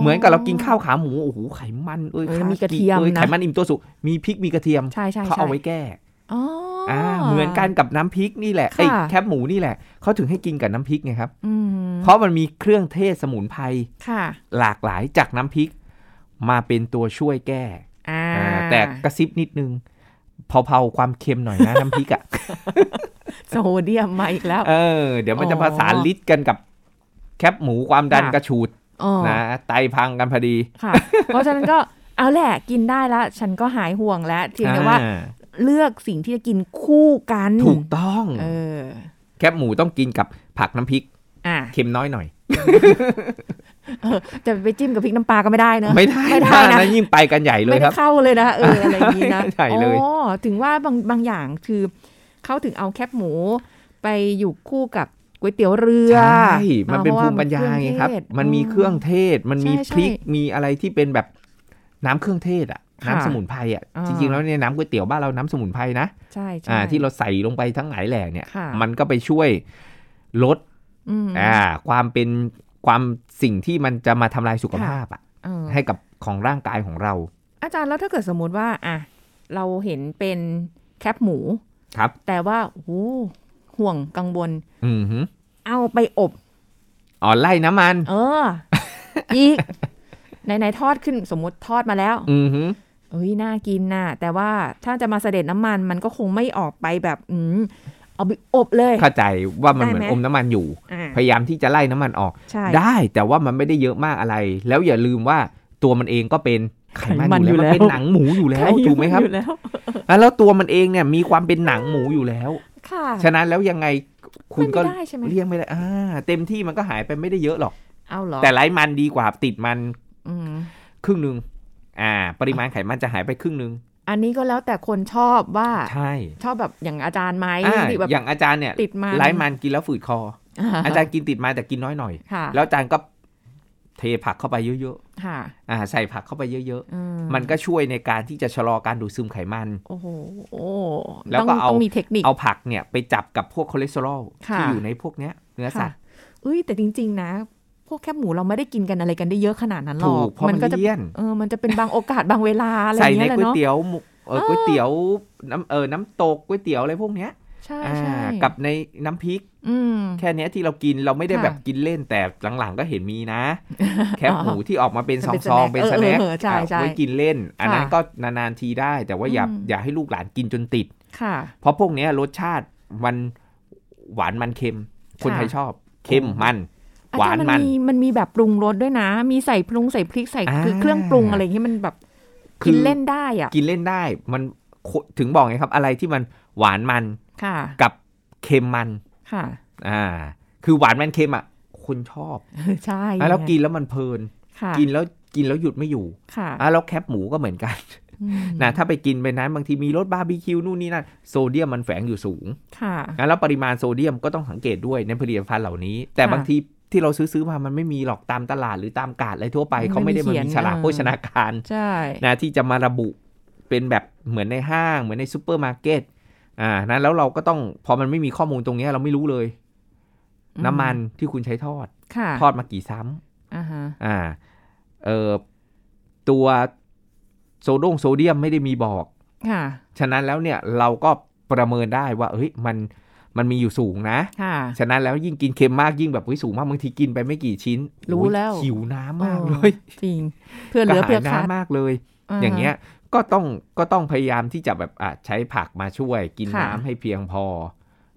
S2: เหมือนกับเรากินข้าวขาหมูโอ้โหไขมันเอ้ย
S3: เออ
S2: ขา
S3: มีกระเทียม
S2: เอ้ย
S3: นะ
S2: ไขมันอิ่มตัวสุกมีพริกมีกระเทียม
S3: ใช่ใช่
S2: เขา
S3: ใช่
S2: เอาไว้แก้
S3: อ๋ออ
S2: ่าเหมือนกันกับน้ำพริกนี่แหละ
S3: ค่ะ
S2: ไอ้ยแคบหมูนี่แหละเขาถึงให้กินกับน้ำพริกไงครับ
S3: อืม
S2: เพราะมันมีเครื่องเทศสมุนไพร
S3: ค่ะ
S2: หลากหลายจากน้ำพริก มาเป็นตัวช่วยแก้
S3: อ่า
S2: อ่าแต่กระซิบนิดนึงเผาๆความเค็มหน่
S3: <laughs>
S2: อยนะ น้ำพริกอ่ะ
S3: โซเดียมมาอีกแล้ว
S2: เออ เดี๋ยวมันจะ
S3: อ๋อ
S2: ผสานลิตรกันกับแคบหมูความดัน
S3: ค่ะ
S2: กระฉูด
S3: อ๋อ
S2: นะไตพังกันพอดี
S3: ค่ะ เพราะฉะนั้นก็เอาแหละกินได้ละ ฉันก็หายห่วงแล้วเพียงแต่ว่า
S2: อ่า
S3: เลือกสิ่งที่จะกินคู่กัน
S2: ถูกต้อง
S3: เออ
S2: แคบหมูต้องกินกับผักน้ำพริก
S3: อ่ะ
S2: เค็มน้อยหน่อย
S3: เออจะไปจิ้มกับพริกน้ำปลาก็ไม่ได้เนอะ
S2: ไม่ได้
S3: ไม่ได้
S2: นะ
S3: นะ
S2: นะยิ่งไปกันใหญ่เล
S3: ไม่
S2: ยค
S3: ได้
S2: รับ
S3: เข้าเลยนะเอ
S2: <laughs>
S3: ออะไรอย่างนี้นะ
S2: ใช่เลย
S3: อ๋อถึงว่าบางบางอย่างคือเขาถึงเอาแคบหมู ไปอยู่คู่กับก๋วยเตี๋ยวเรือ
S2: ใช่มันเป็น
S3: อ่ะ
S2: ภูมิปัญญา
S3: เพะว่
S2: ไงครับ
S3: เอเทศ
S2: มันมีเครื่องเทศ มันมี
S3: ใช่
S2: พริก
S3: ใช่
S2: มีอะไรที่เป็นแบบน้ำเครื่องเทศอ่ะ
S3: ค่ะ
S2: น้ำสมุนไพรอ่ะ
S3: อ่า
S2: จริงๆแล้วเนี่ยน้ำก๋วยเตี๋ยวบ้านเราน้ำสมุนไพรนะ
S3: ใช่ใช่
S2: อ่าที่เราใส่ลงไปทั้งหลายแหล่เนี่ย
S3: ค่ะ
S2: มันก็ไปช่วยลด
S3: อืม
S2: อ่าความเป็นความสิ่งที่มันจะมาทำลายสุข
S3: ค่ะ
S2: ภาพอะ
S3: เออ
S2: ให้กับของร่างกายของเรา
S3: อาจารย์แล้วถ้าเกิดสมมุติว่าอ่ะเราเห็นเป็นแคบหมู
S2: ครับ
S3: แต่ว่าโอ้โหห่วงกังวล
S2: อือหือ
S3: เอาไปอบ
S2: อ๋อไล่น้ำมัน
S3: เออ อีก <laughs> ไหนๆทอดขึ้นสมมติทอดมาแล้ว
S2: อือหือ
S3: เอ้ยน่ากินน่ะ แต่ว่าถ้าจะมาเสด็จน้ำมันมันก็คงไม่ออกไปแบบ อืมเอาไปอบเลย
S2: เข้าใจว่ามัน
S3: ได้
S2: เหมือน
S3: ไหม
S2: อมน้ำมันอยู่
S3: อ่า
S2: พยายามที่จะไล่น้ำมันออก
S3: ใช่
S2: ได้แต่ว่ามันไม่ได้เยอะมากอะไร แล้วอย่าลืมว่าตัวมันเองก็เป็นไข
S3: ไขมั
S2: มันน
S3: อ
S2: อยู่ ยู่แล้วมัน
S3: แล้ว
S2: เป็นหนังหมูอยู่แล้วถูกไหมครับ
S3: อยู่แล้ว
S2: แล้วตัวมันเองเนี่ยมีความเป็นหนังหมูอยู่แล้ว
S3: ค่ะ
S2: ฉะนั้นแล้วยังไงคุณก็
S3: ไม่ได้ใช่ไหม
S2: เลี่ยงไม่ได้อ่าเต็มที่มันก็หายไปไม่ได้เยอะหรอก
S3: เอาเหรอ
S2: แต่ไร้มันดีกว่าติดมัน
S3: อืม
S2: ครึ่งหนึ่งอ่า ปริมาณไขมันจะหายไปครึ่งหนึ่ง
S3: อันนี้ก็แล้วแต่คนชอบว่า
S2: ใช่
S3: ชอบแบบอย่างอาจารย์ไหม
S2: อ่า
S3: ที่แบบ
S2: อย่างอาจารย์เนี่ย
S3: ติดมา
S2: ไร้มันกินแล้วฝืดคอ อาจารย์กินติดมาแต่กินน้อยหน่อย
S3: ค่ะ
S2: แล้วอาจารย์ก็เทผักเข้าไปเยอะ
S3: ค่ะ
S2: ๆอ่าใส่ผักเข้าไปเยอะ
S3: อื
S2: ๆ มันก็ช่วยในการที่จะชะลอการดูดซึมไขมัน
S3: โอ้โหโอ้
S2: แล้ว
S3: ต้อง
S2: ก็เอา
S3: ต้องมีเทคนิค
S2: เอาผักเนี่ยไปจับกับพวกคอเลสเตอรอล
S3: ค่ะ
S2: ที่อยู่ในพวกเนี้ยเนื้อ
S3: ค่ะ
S2: สัตว์
S3: เอ้ยแต่จริง ๆ นะ พวกแคบหมูเราไม่ได้กินกันอะไรกันได้เยอะขนาดนั้นหร
S2: ถู
S3: อก
S2: กเพราะมัน
S3: ก็จะ
S2: เลี่ยน
S3: เออมันจะเป็นบางโอกาสบางเวลาอะไรอ
S2: ใส่
S3: ย่าง
S2: ใน
S3: เงี้ยแหละ
S2: ก๋วย
S3: เนาะ
S2: เตี๋ยวหมูเออ
S3: เออ
S2: ก๋วยเตี๋ยวน้ำเออน้ำตกก๋วยเตี๋ยวอะไรพวกเนี้ย
S3: ใช่
S2: อ่า
S3: ใช่
S2: กับในน้ำพริก
S3: อืม
S2: แค่เนี้ยที่เรากินเราไม่ได้
S3: ค่ะ
S2: แบบกินเล่นแต่หลังๆก็เห็นมี
S3: <laughs>
S2: นะ แคบ
S3: อ๋อ
S2: หมูที่ออกมาเป็นซ
S3: เป็น
S2: อง
S3: snack
S2: ๆ เป็นสแน็ค
S3: เออเออใช่
S2: อ่ะ
S3: ใช่
S2: ไว้กินเล่น อันนั้น
S3: ค่ะ
S2: ก็นานๆทีได้ แต่ว่าอย่า
S3: อืม
S2: อย่าให้ลูกหลานกินจนติด
S3: ค่ะ
S2: เพราะพวกเนี้ยรสชาติมันหวานมันเค็ม คน
S3: ค่ะ
S2: ไทยชอบเค็มมัน หวาน
S3: อจรย์
S2: มัน
S3: มีมันมีแบบปรุงรสด้วยนะ มีใส่ปรุงใส่พริกใส่
S2: อ่า
S3: คือเครื่องปรุงอะไรอย่างเงี้ยมันแบบกินเล่นได้อ่ะ
S2: กินเล่นได้มันโคถึงบอกไงครับ อะไรที่มันหวานมัน
S3: ค่ะ
S2: กับเค็มมัน
S3: ค่ะ
S2: อ่า คือหวานมันเค็มอ่ะคนชอบ
S3: เออใช่
S2: อ่ะแล้วกินแล้วมันเพลิน
S3: ค่ะ
S2: กินแล้วกินแล้วหยุดไม่อยู่
S3: ค่ะ
S2: อ่ะแล้วแคบหมูก็เหมือนกัน
S3: อืม
S2: นะถ้าไปกินไปนั้นบางทีมีรสบาร์บีคิวนู่นนี่นั่นโซเดียมมันแฝงอยู่สูง
S3: ค่ะ
S2: อ่ะแล้วปริมาณโซเดียมก็ต้องสังเกตด้วยในผลิตภัณฑ์เหล่านี้ แต่
S3: ค่ะ
S2: บางทีที่เราซื้อซื้อมามันไม่มีหรอกตามตลาดหรือตามกาดอะไรทั่วไป
S3: มันไม่
S2: เขาไม่ได้มา
S3: มีเขียน
S2: มีฉลาก
S3: เออ
S2: โภชนาการ
S3: ใช่
S2: นะที่จะมาระบุเป็นแบบเหมือนในห้าง เหมือนในซูเปอร์มาร์เก็ตอ่านะแล้วเราก็ต้องพอมันไม่มีข้อมูลตรงเนี้ยเราไม่รู้เลย น้ำมันที่คุณใช้ทอด
S3: ค่ะ
S2: ทอดมากี่ซ้
S3: อ่าฮะ
S2: ำอ่าเออตัวโซโดงโซเดียมไม่ได้มีบอก
S3: ค่ะ
S2: ฉะนั้นแล้วเนี่ยเราก็ประเมินได้ว่า เอ้ยมันมันมีอยู่สูงนะ
S3: ค่ะ
S2: ฉะนั้นแล้วยิ่งกินเค็มมากยิ่งแบบเฮ้ยสูงมากบางทีกินไปไม่กี่ชิ้น
S3: รู้
S2: โอ้ย
S3: แล้ว
S2: หิวน้ำมากเลย
S3: จริงเพื่อเหลือเพื่
S2: ก
S3: อ
S2: ระหา
S3: ขาด
S2: ยน้ำมากเลย
S3: ฮะ
S2: อย่างเงี้ยก็ต้องก็ต้องพยายามที่จะแบบอ่ะใช้ผักมาช่วย กิน
S3: ค่ะ
S2: น้ำให้เพียงพอ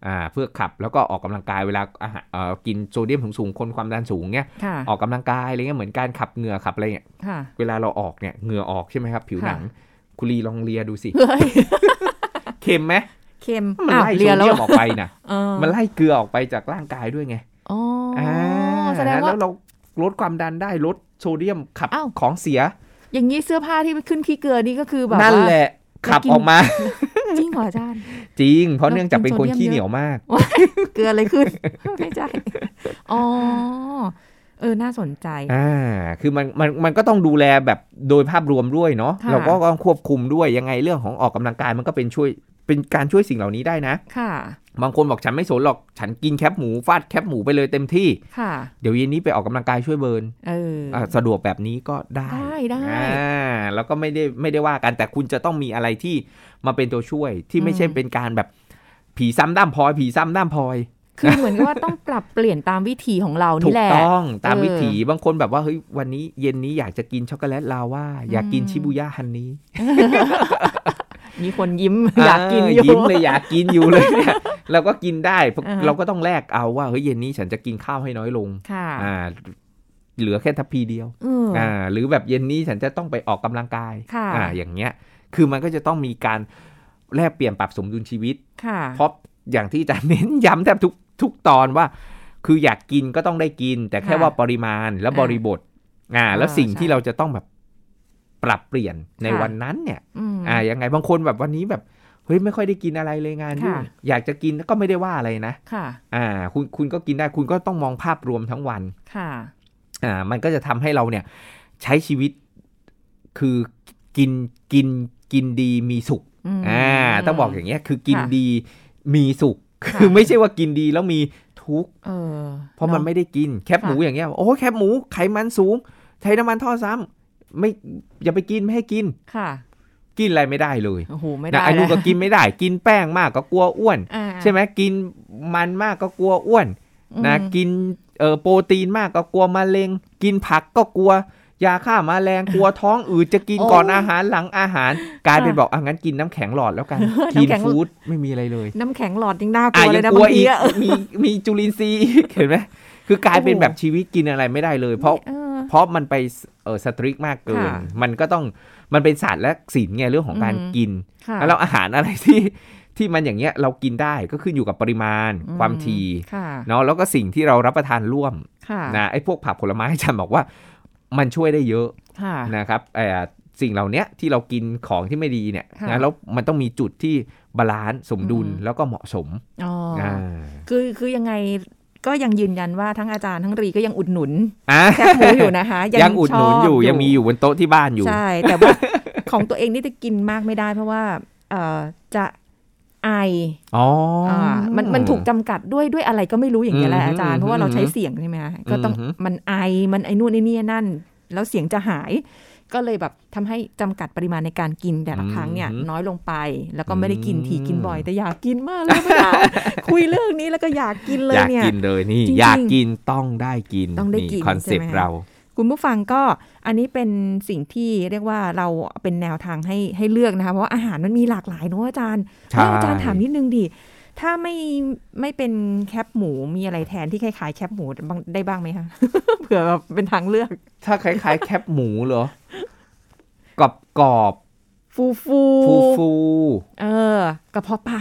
S2: อ่าเพื่อขับแล้วก็ออกกำลังกายเวลาอาหารเอ่อกินโซเดียมสูงๆคนความดันสูงเนี้ย
S3: ค่ะ
S2: ออกกำลังกายอะไรเงี้ยเหมือนการขับเหงื่อขับอะไรเงี้ย
S3: ค่ะ
S2: เวลาเราออกเนี่ยเหงื่อออกใช่ไหมครับ ผิว
S3: ค่ะ
S2: หนังคุรีลองเลียดูสิ
S3: เฮ้ย
S2: เค็มไหม
S3: เค็ม
S2: มันไล่โซ
S3: รี
S2: เดียมออกไปนะ
S3: เออ
S2: มันไล่เกลือออกไปจากร่างกายด้วยไง
S3: อ๋ออา แสดงว่า
S2: แล้วเราลดความดันได้ลดโซเดียมขับ
S3: อ้าว
S2: ของเสีย
S3: อย่างนี้เสื้อผ้าที่ขึ้นขี้เกลือนี่ก็คือแบบ
S2: นั่น
S3: ว่า
S2: แหละขับ
S3: จะกิน
S2: ออกมา <laughs>
S3: จริงเหรออาจารย์
S2: จริง เพราะ
S3: เรา
S2: เนื่องจากเป็น
S3: กิน
S2: คน
S3: โซเดียม
S2: ขี้เหนียวมาก
S3: เกลืออะไรขึ้น ไม่ใช่ อ๋อ เออ น่าสนใจ
S2: อ่า คือมันมันมันก็ต้องดูแลแบบโดยภาพรวมด้วยเนาะ
S3: ค่ะ
S2: เราก็ต้องควบคุมด้วยยังไงเรื่องของออกกำลังกายมันก็เป็นช่วยเป็นการช่วยสิ่งเหล่านี้ได้นะ
S3: ค่ะ
S2: บางคนบอกฉันไม่สนหรอกฉันกินแคปหมูฟาดแคปหมูไปเลยเต็มที่
S3: ค่ะ
S2: เดี๋ยวเย็นนี้ไปออกกำลังกายช่วยเบิร์น
S3: เออ
S2: อ่ะสะดวกแบบนี้ก็ได้
S3: ได้ได้
S2: อ่าแล้วก็ไม่ได้ไม่ได้ว่ากันแต่คุณจะต้องมีอะไรที่มาเป็นตัวช่วยที่ไม่ใช่
S3: อืม
S2: เป็นการแบบผีซ้ำด้ามพลอยผีซ้ำด้ามพลอย
S3: คือเหมือนกับว่าต้องปรับเปลี่ยนตามวิถีของเรา
S2: ถู
S3: นี่
S2: ก
S3: แหละ
S2: ต้องตามวิถี
S3: เออบ
S2: างคนแบบว่าเฮ้ยวันนี้เย็นนี้อยากจะกินช็อกโกแลตลาว่า อยากกิน
S3: อืม
S2: ชิบูย่าฮันนี้
S3: มีคนยิ้ม อยากกินอยู่
S2: ยิ้มเลยอยากกินอยู่
S3: <laughs>
S2: เลยเนี่ยเราก็กินได้เพราะ
S3: อ่าฮะ
S2: เราก็ต้องแลกเอาว่าเฮ้ยเย็นนี้ฉันจะกินข้าวให้น้อยลง
S3: ค่ะ
S2: อ่า เหลือแค่ทัพพีเดียว
S3: เอออ
S2: อ่า หรือแบบเย็นนี้ฉันจะต้องไปออกกำลังกาย
S3: ค่ะ
S2: อาอย่างเงี้ย คือมันก็จะต้องมีการแลกเปลี่ยนปรับสมดุลชีวิต
S3: ค่ะ
S2: เพราะอย่างที่อาจารย์เน้นย้ำแทบทุกทุกตอนว่า คืออยากกินก็ต้องได้กิน แต่แค่
S3: ค่ะ
S2: ว่าปริมาณและ
S3: อ่า
S2: บริบท อ่า แล้ว
S3: อ่า
S2: สิ่ง
S3: ใช่
S2: ที่เราจะต้องแบบปรับเปลี่ยนใน
S3: ค่ะ
S2: วันนั้นเนี่ย
S3: อืม
S2: อ่ายังไงบางคนแบบวันนี้แบบเฮ้ยไม่ค่อยได้กินอะไรเลยงานยุ่ง
S3: ค่ะ
S2: อยากจะกินก็ไม่ได้ว่าอะไรนะ
S3: ค่ะ
S2: อ่า คุณคุณก็กินได้คุณก็ต้องมองภาพรวมทั้งวัน
S3: ค่ะ
S2: อ่า มันก็จะทำให้เราเนี่ย ใช้ชีวิตคือกินกินกินดีมีสุข
S3: ม
S2: อ่าต้องบอกอย่างเงี้ยคือกิน
S3: ค่ะ
S2: ดีมีสุข
S3: ค่ะ
S2: คือไม่ใช่ว่ากินดีแล้วมีทุกข์
S3: เออ
S2: เพราะมัน
S3: อ
S2: ไม่ได้กินแคบ
S3: ค่ะ
S2: หมูอย่างเงี้ยโอ้ยแคบหมูไขมันสูง ใช้น้ำมันทอดซ้ำไม่อย่าไปกินไม่ให้กิน
S3: ค่ะ
S2: กินอะไรไม่ได้เลย
S3: โอ้โห ไม่
S2: นะ
S3: ได้
S2: ไอ้นู่นก็
S3: แล้ว
S2: กินไม่ได้ กินแป้งมากก็กลัวอ้วน
S3: อ่า
S2: ใช่ไหมกินมันมากก็กลัวอ้วน
S3: อืม
S2: นะกินเอ่อโปรตีนมากก็กลัวมะเร็ง กินผักก็กลัวยาฆ่าแมลงกลัวท้องอืดจะกินก่อนอาหารหลังอาหาร กลายเป็นบอกอ่ะงั้นกินน้ำแข็งหลอดแล้ว
S3: <laughs>
S2: กันกินฟู้ดไม่มีอะไรเลย
S3: น้ำแข็งหลอดยังน่ากลั
S2: อ่ะ
S3: วเล
S2: ยั
S3: ย
S2: ง
S3: นะ
S2: กลัว
S3: บาง
S2: อี
S3: ที
S2: ก
S3: อะ
S2: มีมีจุลินทรีย์ <laughs> อีก เห็นไหมคือกลายเป็น
S3: โอ้โห
S2: แบบชีวิตกินอะไรไม่ได้เลย เพราะ
S3: เออ
S2: เพราะมันไปเออสตริกมากเกิน
S3: ค่ะ
S2: มันก็ต้องมันเป็นศาสตร์และศิลป์ไงเรื่องของการ
S3: อืม
S2: กิน
S3: ค่ะ
S2: แล้วอาหารอะไรที่ที่มันอย่างเงี้ยเรากินได้ก็ขึ้นอยู่กับปริมาณ
S3: อื
S2: ความที
S3: ค่ะ
S2: เนาะแล้วก็สิ่งที่เรารับประทานร่วม
S3: ค่ะ
S2: นะไอ้พวกผักผลไม้อาจารย์บอกว่ามันช่วยได้เยอะ
S3: ค่ะ
S2: นะครับเอ่อสิ่งเหล่าเนี้ยที่เรากินของที่ไม่ดีเนี่ย
S3: ค่ะ
S2: นะแล้วมันต้องมีจุดที่บาลานซ์สมดุล
S3: อืม
S2: แล้วก็เหมาะสม
S3: อ๋ออา คือคือยังไงก็ยังยืนยันว่าทั้งอาจารย์ทั้งรีก็ยังอุดหนุน
S2: อ่ะ
S3: แคบหมูอยู่นะคะ
S2: <laughs> ยังอุดหนุนอยู่
S3: ชบ
S2: ยังมีอยู่บนโต๊ะที่บ้านอยู่
S3: ใช่ แต่ว่า ของตัวเองนี่จะกินมากไม่ได้ เพราะว่าเอ่อจะไอ
S2: อ๋ออ
S3: อ่ามันมันถูกจำกัดด้วยด้วยอะไรก็ไม่รู้อย่างเงี้ยแหละอาจารย์
S2: อืม
S3: เพราะว่าเราใช้เสียงใช่ไหมคะก็ต้อง
S2: อืม
S3: มันไอมันไอนู่นไอนี่นั่น แล้วเสียงจะหาย ก็เลยแบบทำให้จำกัดปริมาณในการกินแต่ละครั้งเนี่ยน้อยลงไป แล้วก็ไม่ได้กินทีกินบ่อย แต่อยากกินมากเลยเวลาคุยเรื่องนี้แล้วก็อยากกินเลย
S2: อยาก
S3: เนี่ย
S2: กินเลยนี่
S3: จริงๆ
S2: อยากกินต้องได้กิน
S3: ต้องได้กิน
S2: คอนเซปต์
S3: ใช่ไหม
S2: เรา
S3: คุณผู้ฟังก็อันนี้เป็นสิ่งที่เรียกว่าเราเป็นแนวทางให้ให้เลือกนะคะเพราะว่าอาหารมันมีหลากหลายเนอะอาจารย์
S2: ใช่
S3: แล้วอาจารย์ถามนิดนึงดิถ้าไม่ไม่เป็นแคปหมูมีอะไรแทนที่คล้ายๆแคปหมูบ้างได้บ้างไหมคะ <laughs> เผื่อแบบเป็นทางเลือก
S2: ถ้าคล้ายๆ แคบหมูเหรอ กรอบกรอบ
S3: ฟูฟู
S2: ๆฟูฟู
S3: เออกระเพาะปลา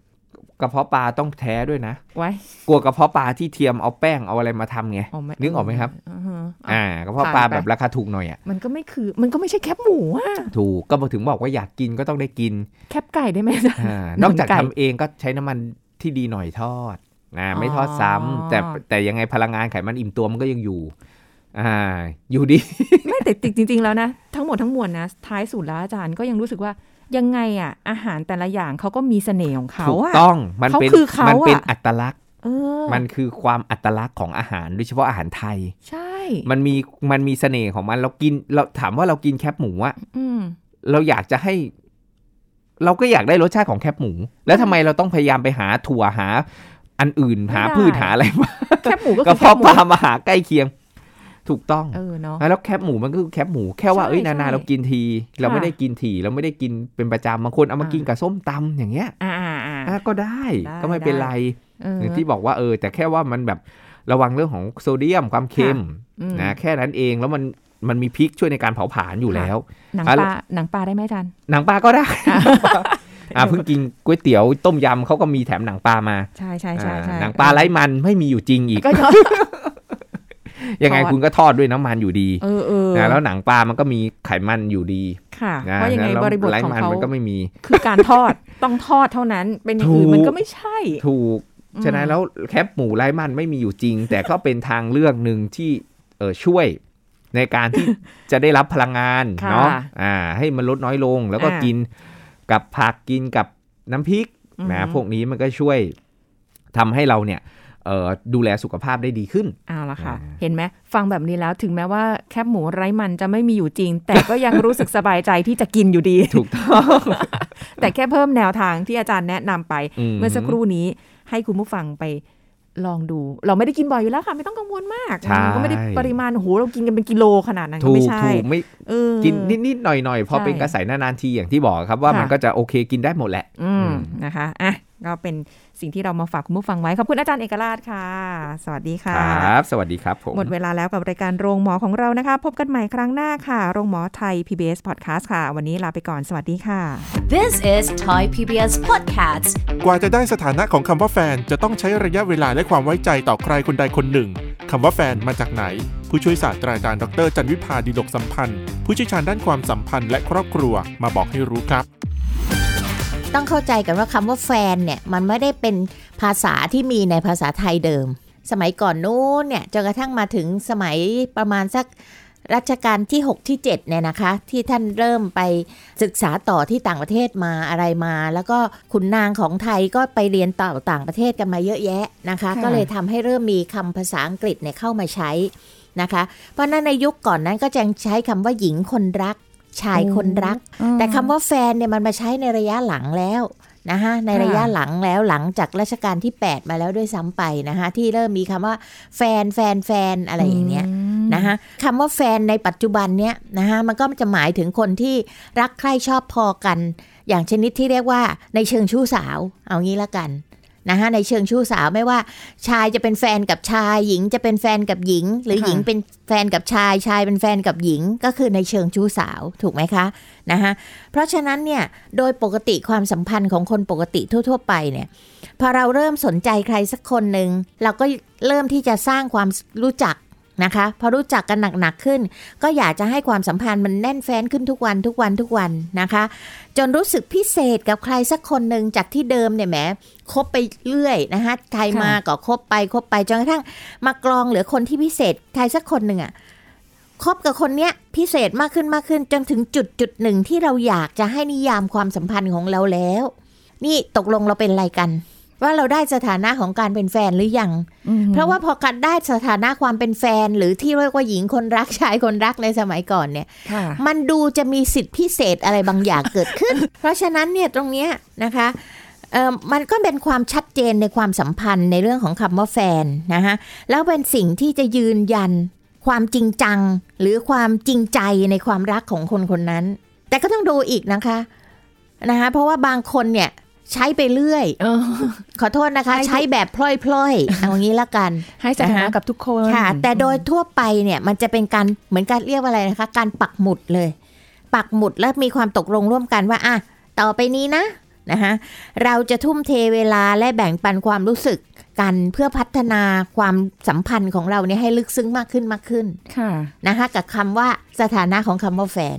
S2: ๆกระเพาะปลาต้องแท้ด้วยนะ
S3: ไว้
S2: กลัวกระเพาะปลาที่เทียมเอาแป้งเอาอะไรมาทำไง
S3: เอา
S2: นึกออกไหมครับ
S3: อ่าฮะ
S2: อ่ากระเพาะปลา
S3: ผ่านไป
S2: แบบราคาถูกหน่อยอ่ะ
S3: มันก็ไม่คือมันก็ไม่ใช่แคปหมูอะ
S2: ถูกก็มาถึงบอกว่าอยากกินก็ต้องได้กิน
S3: แคปไก่ได้ไหมอาจารย์
S2: อ่า
S3: <laughs>
S2: นอกจาก
S3: หนังไก่
S2: ทำเองก็ใช้น้ำมันที่ดีหน่อยทอดนะไม่
S3: อ๋อ
S2: ทอดซ้ำแต่แต่ยังไงพลังงานไขมันอิ่มตัวมันก็ยังอยู่ อ่า อยู่ดี
S3: ไม่แต่จริงๆแล้วนะ ทั้งหมดทั้งมวลนะ ท้ายสุดแล้วอาจารย์ก็ยังรู้สึกว่ายังไงอ่ะ อาหารแต่ละอย่างเขาก็มีเสน่ห์ของเขา
S2: ถูก
S3: อ่ะ
S2: ต้องมัน
S3: เขา
S2: เป็น
S3: คือเขา
S2: มันเป็น
S3: อะ
S2: อัตลักษณ์
S3: เออ
S2: มันคือความอัตลักษณ์ของอาหารโดยเฉพาะอาหารไทย
S3: ใช่
S2: มันมีมันมีเสน่ห์ของมันเรากินเราถามว่าเรากินแคบหมูอะ
S3: อืม
S2: เราอยากจะให้ เราก็อยากได้รสชาติของแคบหมู แล้วทำไมเราต้องพยายามไปหาถั่วหา อันอื่นหาพืชหาอะไรมา
S3: แคบหมูก็
S2: ก
S3: คื
S2: ระ
S3: อแค
S2: เพาะ
S3: บหมู
S2: ปลามาหาใกล้เคียง ถูกต้อง
S3: เออเนาะ
S2: แล้วแคบหมูมันก็คือแคบหมูแค่ว่า
S3: ใช่
S2: เอ้ยนา
S3: ใช่
S2: นาเรากินที เรา
S3: ค่ะ
S2: ไม่ได้กินทีเราไม่ได้กินเป็นประจำบางคนเอามา
S3: อ่ากิ
S2: กินกับส้มตำอย่างเงี้ย
S3: อ่าอ่าอ่า
S2: อ่ะก็ได้
S3: ได้
S2: ก็ไม่เป็น
S3: ได้
S2: ไร
S3: เออ
S2: อย่างที่บอกว่าเออ แต่แค่ว่ามันแบบระวังเรื่องของโซเดียมความเค็ม
S3: อืม
S2: นะแค่นั้นเองแล้วมันมันมีพริกช่วยในการเผาผลาญอยู่แล้ว
S3: หนัง
S2: อ่ะ
S3: ปลาหนังปลาได้ไหมอาจารย์
S2: หนังปลาก็ได้
S3: อ่ะ
S2: อ่ะ <laughs> เพิ่งกินก๋วยเตี๋ยวต้มยำเขาก็มีแถมหนังปลามา
S3: ใช่ใช่ใช่
S2: อ่า
S3: ใช่
S2: หนังปลาไร้มันไม่มีอยู่จริงอีก
S3: ก็เนาะ
S2: ยังไง
S3: ทอด
S2: คุณก็ทอดด้วยน้ำมันอยู่ดี
S3: เออเออ
S2: นะแล้วหนังปลามันก็มีไขมันอยู่ดี
S3: ค่ะ
S2: นะ
S3: เพราะยังไง
S2: แล้ว
S3: บริบท
S2: ไข
S3: ของ
S2: มัน
S3: เขา
S2: มันก็ไม่มี
S3: คือการทอด ต้องทอดเท่านั้น เป็นอย่างอื่น
S2: ถูก
S3: มันก็ไม่ใช่
S2: ถูก
S3: อืม
S2: ฉะนั้นแล้วแคปหมูไร้มันไม่มีอยู่
S3: <laughs>
S2: จริง แต่ก็เป็นทางเลือกหนึ่งที่เออช่วยในการที่ จะได้รับพลังงาน
S3: ค่ะ
S2: เนาะอ่า ให้มันลดน้อยลง แล้วก็
S3: อ่ากิ
S2: กินกับผักกินกับน้ำพริก
S3: อือหื
S2: นะ
S3: อ
S2: พวกนี้มันก็ช่วยทำให้เราเนี่ยเอ่อดูแลสุขภาพได้ดีขึ้น
S3: เอาละค่ะ
S2: อ่า
S3: เห็นไหมฟังแบบนี้แล้วถึงแม้ว่าแคบหมูไร้มันจะไม่มีอยู่จริง แต่ก็ยังรู้สึกสบายใจที่จะกินอยู่ดี
S2: ถูกต้อง
S3: <laughs> แต่แค่เพิ่มแนวทางที่อาจารย์แนะนำไป
S2: อืม
S3: เมื่อสักครู่นี้ให้คุณผู้ฟังไปลองดู เราไม่ได้กินบ่อยอยู่แล้วค่ะ ไม่ต้องกังวลมาก
S2: ใช่
S3: มันก็ไม่ได้ปริมาณโอ้โหเรากินกันเป็นกิโลขนาดนั้นก็
S2: ถู
S3: ไม่
S2: ก
S3: ใช่
S2: ถูกไม่
S3: เออ
S2: กินนิดๆหน่อยๆพอ
S3: ใช่
S2: เป็นกระแสนานๆทีอย่างที่บอกครับว่า
S3: ค่ะ
S2: มันก็จะโอเคกินได้หมดแหละ
S3: อืม
S2: อืม
S3: นะคะอ่ะก็เป็นสิ่งที่เรามาฝากคุณผู้ฟังไว้ขอบคุณอาจารย์เอกราชค่ะ สวัสดีค่ะ
S2: ครับ สวัสดีครับผม
S3: หมดเวลาแล้วกับรายการโรงหมอของเรานะคะ พบกันใหม่ครั้งหน้าค่ะ โรงหมอไทย PBS Podcast ค่ะ วันนี้ลาไปก่อนสวัสดีค่ะ
S1: This is Thai PBS Podcast.
S4: กว่าจะได้สถานะของคำว่าแฟนจะต้องใช้ระยะเวลาและความไว้ใจต่อใครคนใดคนหนึ่งคำว่าแฟนมาจากไหน ผู้ช่วยศาสตราจารย์ดรจันวิพาดีดกสัมพันธ์ ผู้เชี่ยวชาญด้านความสัมพันธ์และครอบครัวมาบอกให้รู้ครับ
S5: ต้องเข้าใจกันว่าคำว่าแฟนเนี่ยมันไม่ได้เป็นภาษาที่มีในภาษาไทยเดิม สมัยก่อนนู้นเนี่ยจนกระทั่งมาถึงสมัยประมาณสักรัชกาลที่ 6 ที่ 7 เนี่ยนะคะ ที่ท่านเริ่มไปศึกษาต่อที่ต่างประเทศมาอะไรมา แล้วก็ขุนนางของไทยก็ไปเรียนต่อต่างประเทศกันมาเยอะแยะนะคะ
S3: ค่ะ
S5: ก็เลยทำให้เริ่มมีคำภาษาอังกฤษเนี่ยเข้ามาใช้นะคะ เพราะฉะนั้นในยุคก่อนนั้นก็จะใช้คำว่าหญิงคนรัก ชายคนรัก แต่คำว่าแฟนเนี่ยมันมาใช้ในระยะหลังแล้วนะคะในระยะหลังแล้วหลังจากรัชกาลที่ 8 มาแล้วด้วยซ้ำไปนะคะที่เริ่มมีคำว่าแฟนแฟนแฟนอะไรอย่างเงี้ยนะคะคำว่าแฟนในปัจจุบันเนี้ยนะคะมันก็จะหมายถึงคนที่รักใคร่ชอบพอกัน อย่างชนิดที่เรียกว่าในเชิงชู้สาวเอางี้ละกันนะคะในเชิงชู้สาวไม่ว่า ชายจะเป็นแฟนกับชาย หญิงจะเป็นแฟนกับหญิง หรือ
S3: ค่ะ
S5: หญิงเป็นแฟนกับชายชายเป็นแฟนกับหญิง ก็คือในเชิงชู้สาวถูกไหมคะนะคะเพราะฉะนั้นเนี่ยโดยปกติความสัมพันธ์ของคนปกติทั่ว ๆ ไปเนี่ยพอเราเริ่มสนใจใครสักคนหนึ่งเราก็เริ่มที่จะสร้างความรู้จักนะคะพอรู้จักกันหนักๆขึ้น ก็อยากจะให้ความสัมพันธ์มันแน่นแฟ้นขึ้นทุกวันทุกวันทุกวันนะคะ จนรู้สึกพิเศษกับใครสักคนหนึ่งจากที่เดิมเนี่ยแหมคบไปเรื่อยนะคะใครมาก็คบไปคบไปจนกระทั่งมากรองเหลือคนที่พิเศษใครสักคนหนึ่งอะคบกับคนเนี้ยพิเศษมากขึ้นมากขึ้น จนถึงจุดจุดหนึ่งที่เราอยากจะให้นิยามความสัมพันธ์ของเราแล้ว นี่ตกลงเราเป็นอะไรกัน ว่าเราได้สถานะของการเป็นแฟนหรือยัง เพราะว่าพอกันได้สถานะความเป็นแฟน หรือที่เรียกว่าหญิงคนรักชายคนรักในสมัยก่อนเนี่ย
S3: ค่ะ
S5: มันดูจะมีสิทธิพิเศษอะไรบางอย่างเกิด
S3: <laughs>
S5: ขึ้น เพราะฉะนั้นเนี่ยตรงเนี้ยนะคะเอ่อมันก็เป็นความชัดเจนในความสัมพันธ์ในเรื่องของคำว่าแฟนนะคะแล้วเป็นสิ่งที่จะยืนยันความจริงจัง หรือความจริงใจในความรักของคนคนนั้น แต่ก็ต้องดูอีกนะคะนะคะ เพราะว่าบางคนเนี่ยใช้ไปเรื่อย ขอโทษนะคะ
S3: ใช้
S5: ใช้แบบพล่อยๆ เอางี้ละกัน
S3: ให้สถานะ
S5: นะคะ
S3: กับทุกคน
S5: ค่ะ แต่โดยทั่วไปเนี่ยมันจะเป็นการเหมือนการเรียกว่าอะไรนะคะ การปักหมุดเลย ปักหมุดแล้วมีความตกลงร่วมกันว่าอ่ะต่อไปนี้นะนะคะเราจะทุ่มเทเวลาและแบ่งปันความรู้สึกกันเพื่อพัฒนาความสัมพันธ์ของเราเนี่ยให้ลึกซึ้งมากขึ้นมากขึ้น
S3: ค่ะ
S5: นะคะ กับคำว่าสถานะของคำว่าแฟน